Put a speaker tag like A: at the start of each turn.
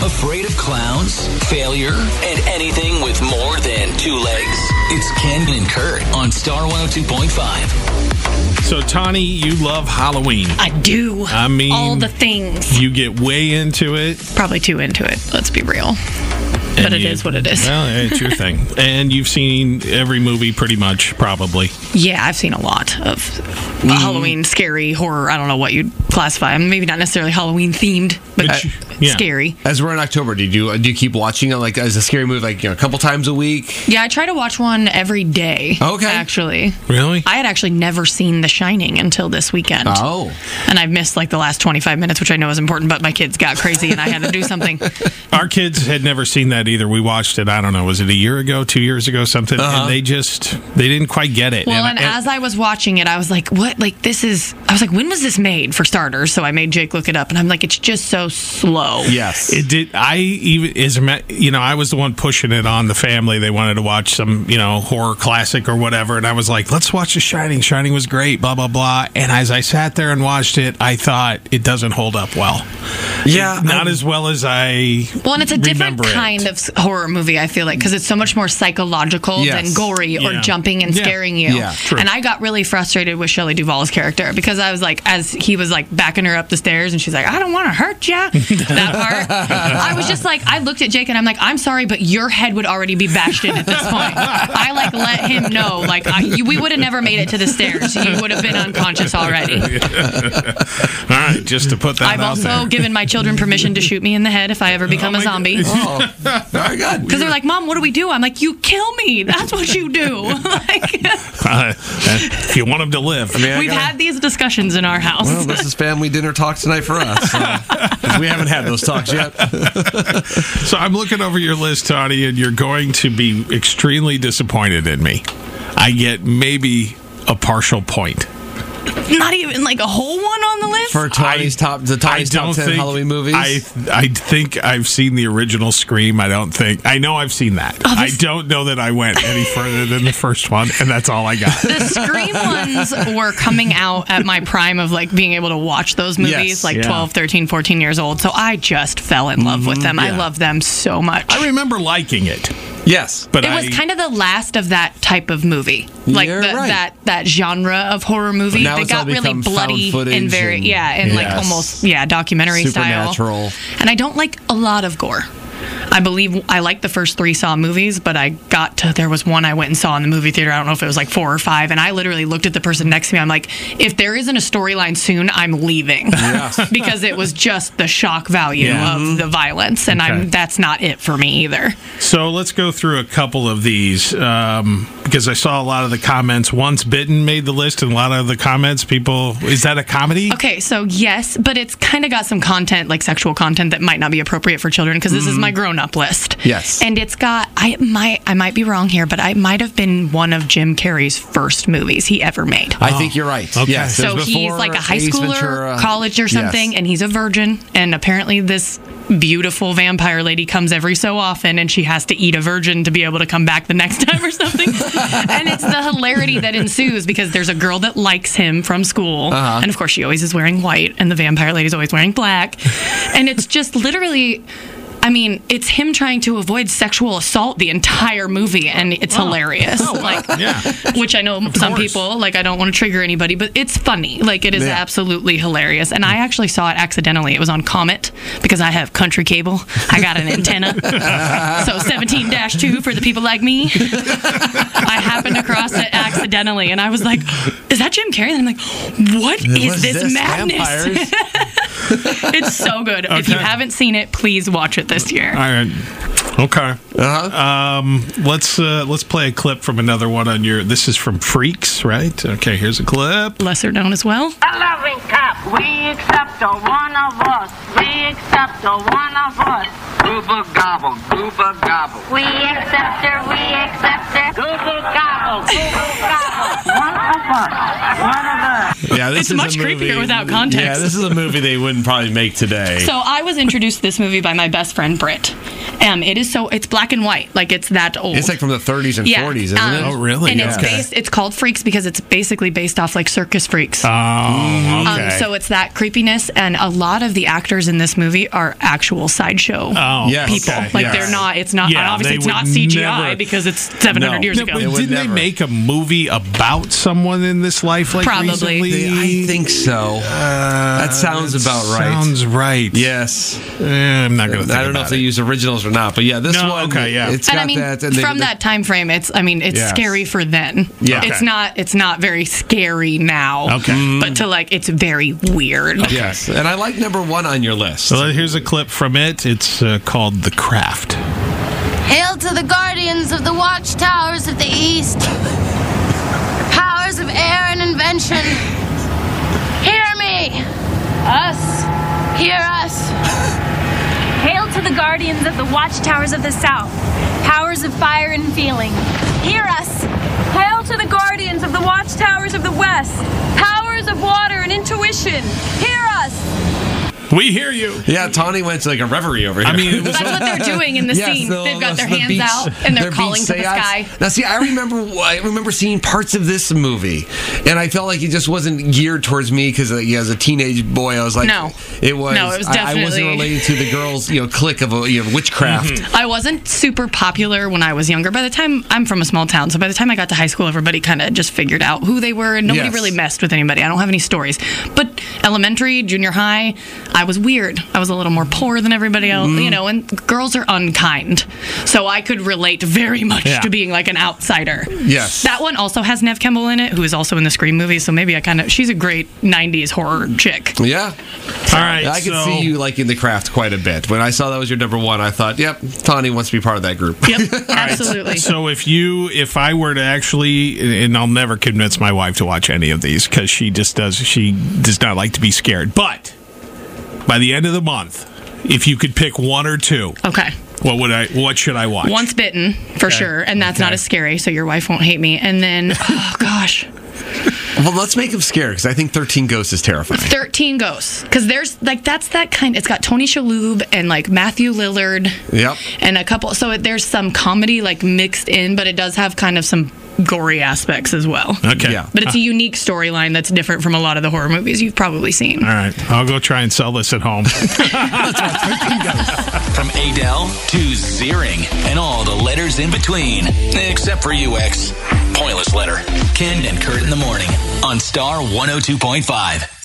A: Afraid of clowns, failure, and anything with more than two legs? It's Ken and Kurt on Star 102.5.
B: So, Tawny, you love Halloween.
C: I do.
B: I mean-
C: all the things.
B: You get way into it.
C: Probably too into it. Let's be real.
B: and
C: it
B: you-
C: is what it is.
B: Well, it's your thing. And you've seen every movie pretty much, probably.
C: Yeah, I've seen a lot of
B: Mm.
C: Halloween scary horror. I don't know what you'd classify. 'em. Maybe not necessarily Halloween themed, but uh,
B: But you- yeah.
C: scary.
D: As we're in October, do you do you keep watching it like as a scary movie like you know a couple times a week?
C: Yeah, I try to watch one every day.
D: Okay.
C: Actually.
B: Really?
C: I had actually never seen The Shining until this weekend.
D: Oh,
C: And I've missed like the last 25 minutes, which I know is important, but my kids got crazy and I had to do something.
B: Our kids had never seen that either. We watched it, I don't know, was it a year ago, two years ago, something? And they just, they didn't quite get it.
C: Well, and, as I was watching it, I was like, what? Like, this is. I was like, when was this made for starters? So I made Jake look it up and I'm like, it's just so slow.
D: yes.
B: It did. I even is you know I was the one pushing it on the family. They wanted to watch some you know horror classic or whatever, and I was like, "Let's watch The Shining. Shining was great." Blah blah blah. And as I sat there and watched it, I thought it doesn't hold up well.
D: yeah,
C: Uh,
B: Not as well as I.
C: Well, and it's a different
B: remember it.
C: kind of s- horror movie, I feel like, because it's so much more psychological
D: Yes.
C: than gory
B: Yeah.
C: or jumping and
B: Yeah.
C: scaring you.
D: Yeah, true.
C: And I got really frustrated with Shelley Duvall's character because I was like, as he was like backing her up the stairs and she's like, I don't want to hurt ya. That part. I was just like, I looked at Jake and I'm like, I'm sorry, but your head would already be bashed in at this point. I like let him know, like, I, you, we would have never made it to the stairs. You would have been unconscious already.
B: All right, just to put that
C: I've
B: out
C: also
B: there.
C: given my children permission to shoot me in the head if I ever become a zombie.
D: Oh, very good.
C: Because they're like, Mom, what do we do? I'm like, You kill me. That's what you do. like,
B: Uh, if you want them to live,
D: mean, I
C: we've
D: gotta-
C: had these discussions in our house.
D: Well, this is family dinner talk tonight for us. so- 'cause we haven't had those talks yet.
B: So I'm looking over your list, Tony, and you're going to be extremely disappointed in me. I get maybe a partial point.
C: Not even like a whole one on the list.
D: For Tony's top, the Tony's top ten Halloween movies.
B: I I think I've seen the original Scream. I don't think I know I've seen that.
C: Oh, this-
B: I don't know that I went any further than the first one, and that's all I got.
C: the Scream ones were coming out at my prime of like being able to watch those movies,
D: Yes,
C: like
B: yeah.
C: twelve, thirteen, fourteen 12, 13, 14 years old. So I just fell in love
D: Mm-hmm.
C: with them. I
B: yeah.
C: love them so much.
B: I remember liking it,
D: yes,
B: but
C: it was
B: I,
C: kind of the last of that type of movie, like
D: You're
C: the,
D: right.
C: that that genre of horror movie.
D: Now
C: that
D: it's all
C: got really
D: become
C: bloody
D: found footage
C: and very
D: and-
C: yeah, and like
D: Yes.
C: almost yeah, documentary
D: Supernatural.
C: style. And I don't like a lot of gore. I believe I like the first three Saw movies, but I got to there was one I went and saw in the movie theater. I don't know if it was like four or five, and I literally looked at the person next to me. I'm like, if there isn't a storyline soon, I'm leaving because it was just the shock value
B: Yeah.
C: of the violence, and
B: Okay.
C: I'm that's not it for me either.
B: So let's go through a couple of these um, because I saw a lot of the comments. Once bitten made the list, and a lot of the comments people is that a comedy?
C: Okay, so yes, but it's kind of got some content, like sexual content, that might not be appropriate for children because this is my grown-up list.
D: Yes.
C: and it's got I might I might be wrong here, but I might have been one of Jim Carrey's first movies he ever made.
D: I think you're right.
B: Okay.
D: Yes, it
C: so
D: was
C: he's
D: before
C: like a high
D: Ace
C: schooler,
D: Ventura.
C: college or
D: Yes.
C: something, and he's a virgin. And apparently, this beautiful vampire lady comes every so often, and she has to eat a virgin to be able to come back the next time or something. and it's the hilarity that ensues because there's a girl that likes him from school,
D: Uh-huh.
C: and of course, she always is wearing white, and the vampire lady's always wearing black, and it's just literally. I mean, it's him trying to avoid sexual assault the entire movie, and it's hilarious.
D: Oh,
C: Like,
B: Yeah.
C: which I know some
B: course.
C: people like. I don't want to trigger anybody, but it's funny. Like it is
D: Yeah.
C: absolutely hilarious. And
B: Mm.
C: I actually saw it accidentally. It was on Comet because I have country cable. I got an antenna, so seventeen two for the people like me. I happened across it accidentally, and I was like, "Is that Jim Carrey?" And I'm like, "What is
D: Was
C: this, madness?
D: vampires?
C: it's so good. If you
B: Okay.
C: haven't seen it, please watch it this year."
B: All right. Okay.
D: Uh-huh.
B: Um, let's uh, let's play a clip from another one on your. This is from Freaks, right? Okay, here's a clip.
C: Lesser known as well.
E: A loving cup. We accept the one of us. We accept the one of us. Gooba gobble, gooba gobble.
F: We accept her, we accept her.
E: Gooba gobble, gooba gobble. One of us, one of us.
G: Yeah, this
C: It's
G: is
C: much
G: a movie-
C: creepier without context.
G: Yeah, this is a movie they wouldn't probably make today.
C: So I was introduced to this movie by my best friend Britt. Um, it is so it's black and white, like it's that old.
D: It's like from the 30s and 40s, isn't
C: um,
D: it?
B: Oh, really?
C: And it's
B: Okay.
C: based. It's called Freaks because it's basically based off like circus freaks.
D: Mm-hmm.
B: Oh,
C: Um,
B: okay.
C: so it's that creepiness, and a lot of the actors in this movie are actual sideshow
B: oh,
G: Yes.
C: people.
G: okay,
C: like
G: yes.
C: they're not. It's not.
B: Yeah,
C: obviously,
B: they
C: it's not
B: would
C: CGI
B: never-
C: because it's 700
G: No.
C: years
G: No,
C: ago.
B: but
G: It would
B: didn't they
G: never.
B: make a movie about someone in this life? Like
C: Probably.
B: recently?
D: I think so. that sounds about right.
B: Uh, Sounds right.
D: yes.
B: Eh, I'm not gonna. Think
D: I don't know
B: about
D: if they
B: it.
D: use originals or not, but yeah, this
B: No,
D: one.
B: okay, yeah.
D: It's
C: and
D: got
C: I mean,
D: that. And they-
C: from
D: they-
C: that time frame, it's. I mean, it's
G: Yes.
C: scary for then.
D: Yeah.
C: It's
D: Okay. Mm.
C: not. It's not very scary now.
B: Okay.
C: But to like, it's very weird.
D: Yes. And I like number one on your list.
B: So here's a clip from it. It's uh, called "The Craft."
F: Hail to the guardians of the watchtowers of the east, powers of air and invention. Hear me, us, hear us.
H: Hail to the guardians of the watchtowers of the south, powers of fire and feeling. Hear us! Hail to the guardians of the watchtowers of the west, powers of water and intuition. Hear us!
B: We hear you.
D: yeah, Tawny went to like a reverie over here.
B: I mean, it was
C: That's what they're doing in the
D: Yes,
C: scene.
D: the-
C: They've got their
D: the
C: hands
D: beach-
C: out and they're
D: their beach
C: calling to the
D: seance.
C: sky.
D: Now, see, I remember, I remember seeing parts of this movie, and I felt like it just wasn't geared towards me because, uh, yeah, as a teenage boy, I was like,
C: No.
D: it was,
C: No, it was
D: I, I wasn't
C: definitely-
D: relating to the girls, you know, clique of uh, you know, witchcraft.
B: Mm-hmm.
C: I wasn't super popular when I was younger. By the time I'm from a small town, so by the time I got to high school, everybody kind of just figured out who they were, and nobody
D: Yes.
C: really messed with anybody. I don't have any stories. But elementary, junior high, I was weird. I was a little more poor than everybody else,
D: Mm.
C: you know. And girls are unkind, so I could relate very much
B: Yeah.
C: to being like an outsider.
D: Yes.
C: that one also has Nev Campbell in it, who is also in the Scream movie. So maybe I kind of she's a great '90s horror chick.
D: Yeah,
B: all right.
D: I could
B: so-
D: see you liking the craft quite a bit. When I saw that was your number one, I thought, "Yep, Tawny wants to be part of that group."
C: Yep, absolutely.
B: So if you, if I were to actually, and I'll never convince my wife to watch any of these because she just does, she does not like to be scared. But by the end of the month, if you could pick one or two,
C: okay.
B: what would I? What should I watch?
C: Once bitten, for sure, and that's not as scary, so your wife won't hate me. And then, oh gosh,
D: Well, let's make him scared because I think Thirteen Ghosts is terrifying.
C: thirteen ghosts, because there's like that's that kind. It's got Tony Shalhoub and like Matthew Lillard,
D: Yep.
C: and a couple. So it, there's some comedy like mixed in, but it does have kind of some gory aspects as well.
B: Okay.
D: Yeah.
C: But it's a unique storyline that's different from a lot of the horror movies you've probably seen.
B: All right. I'll go try and sell this at home.
A: From Adele to Zeering and all the letters in between, except for oh UX. Pointless letter. Ken and Kurt in the morning on Star 102.5.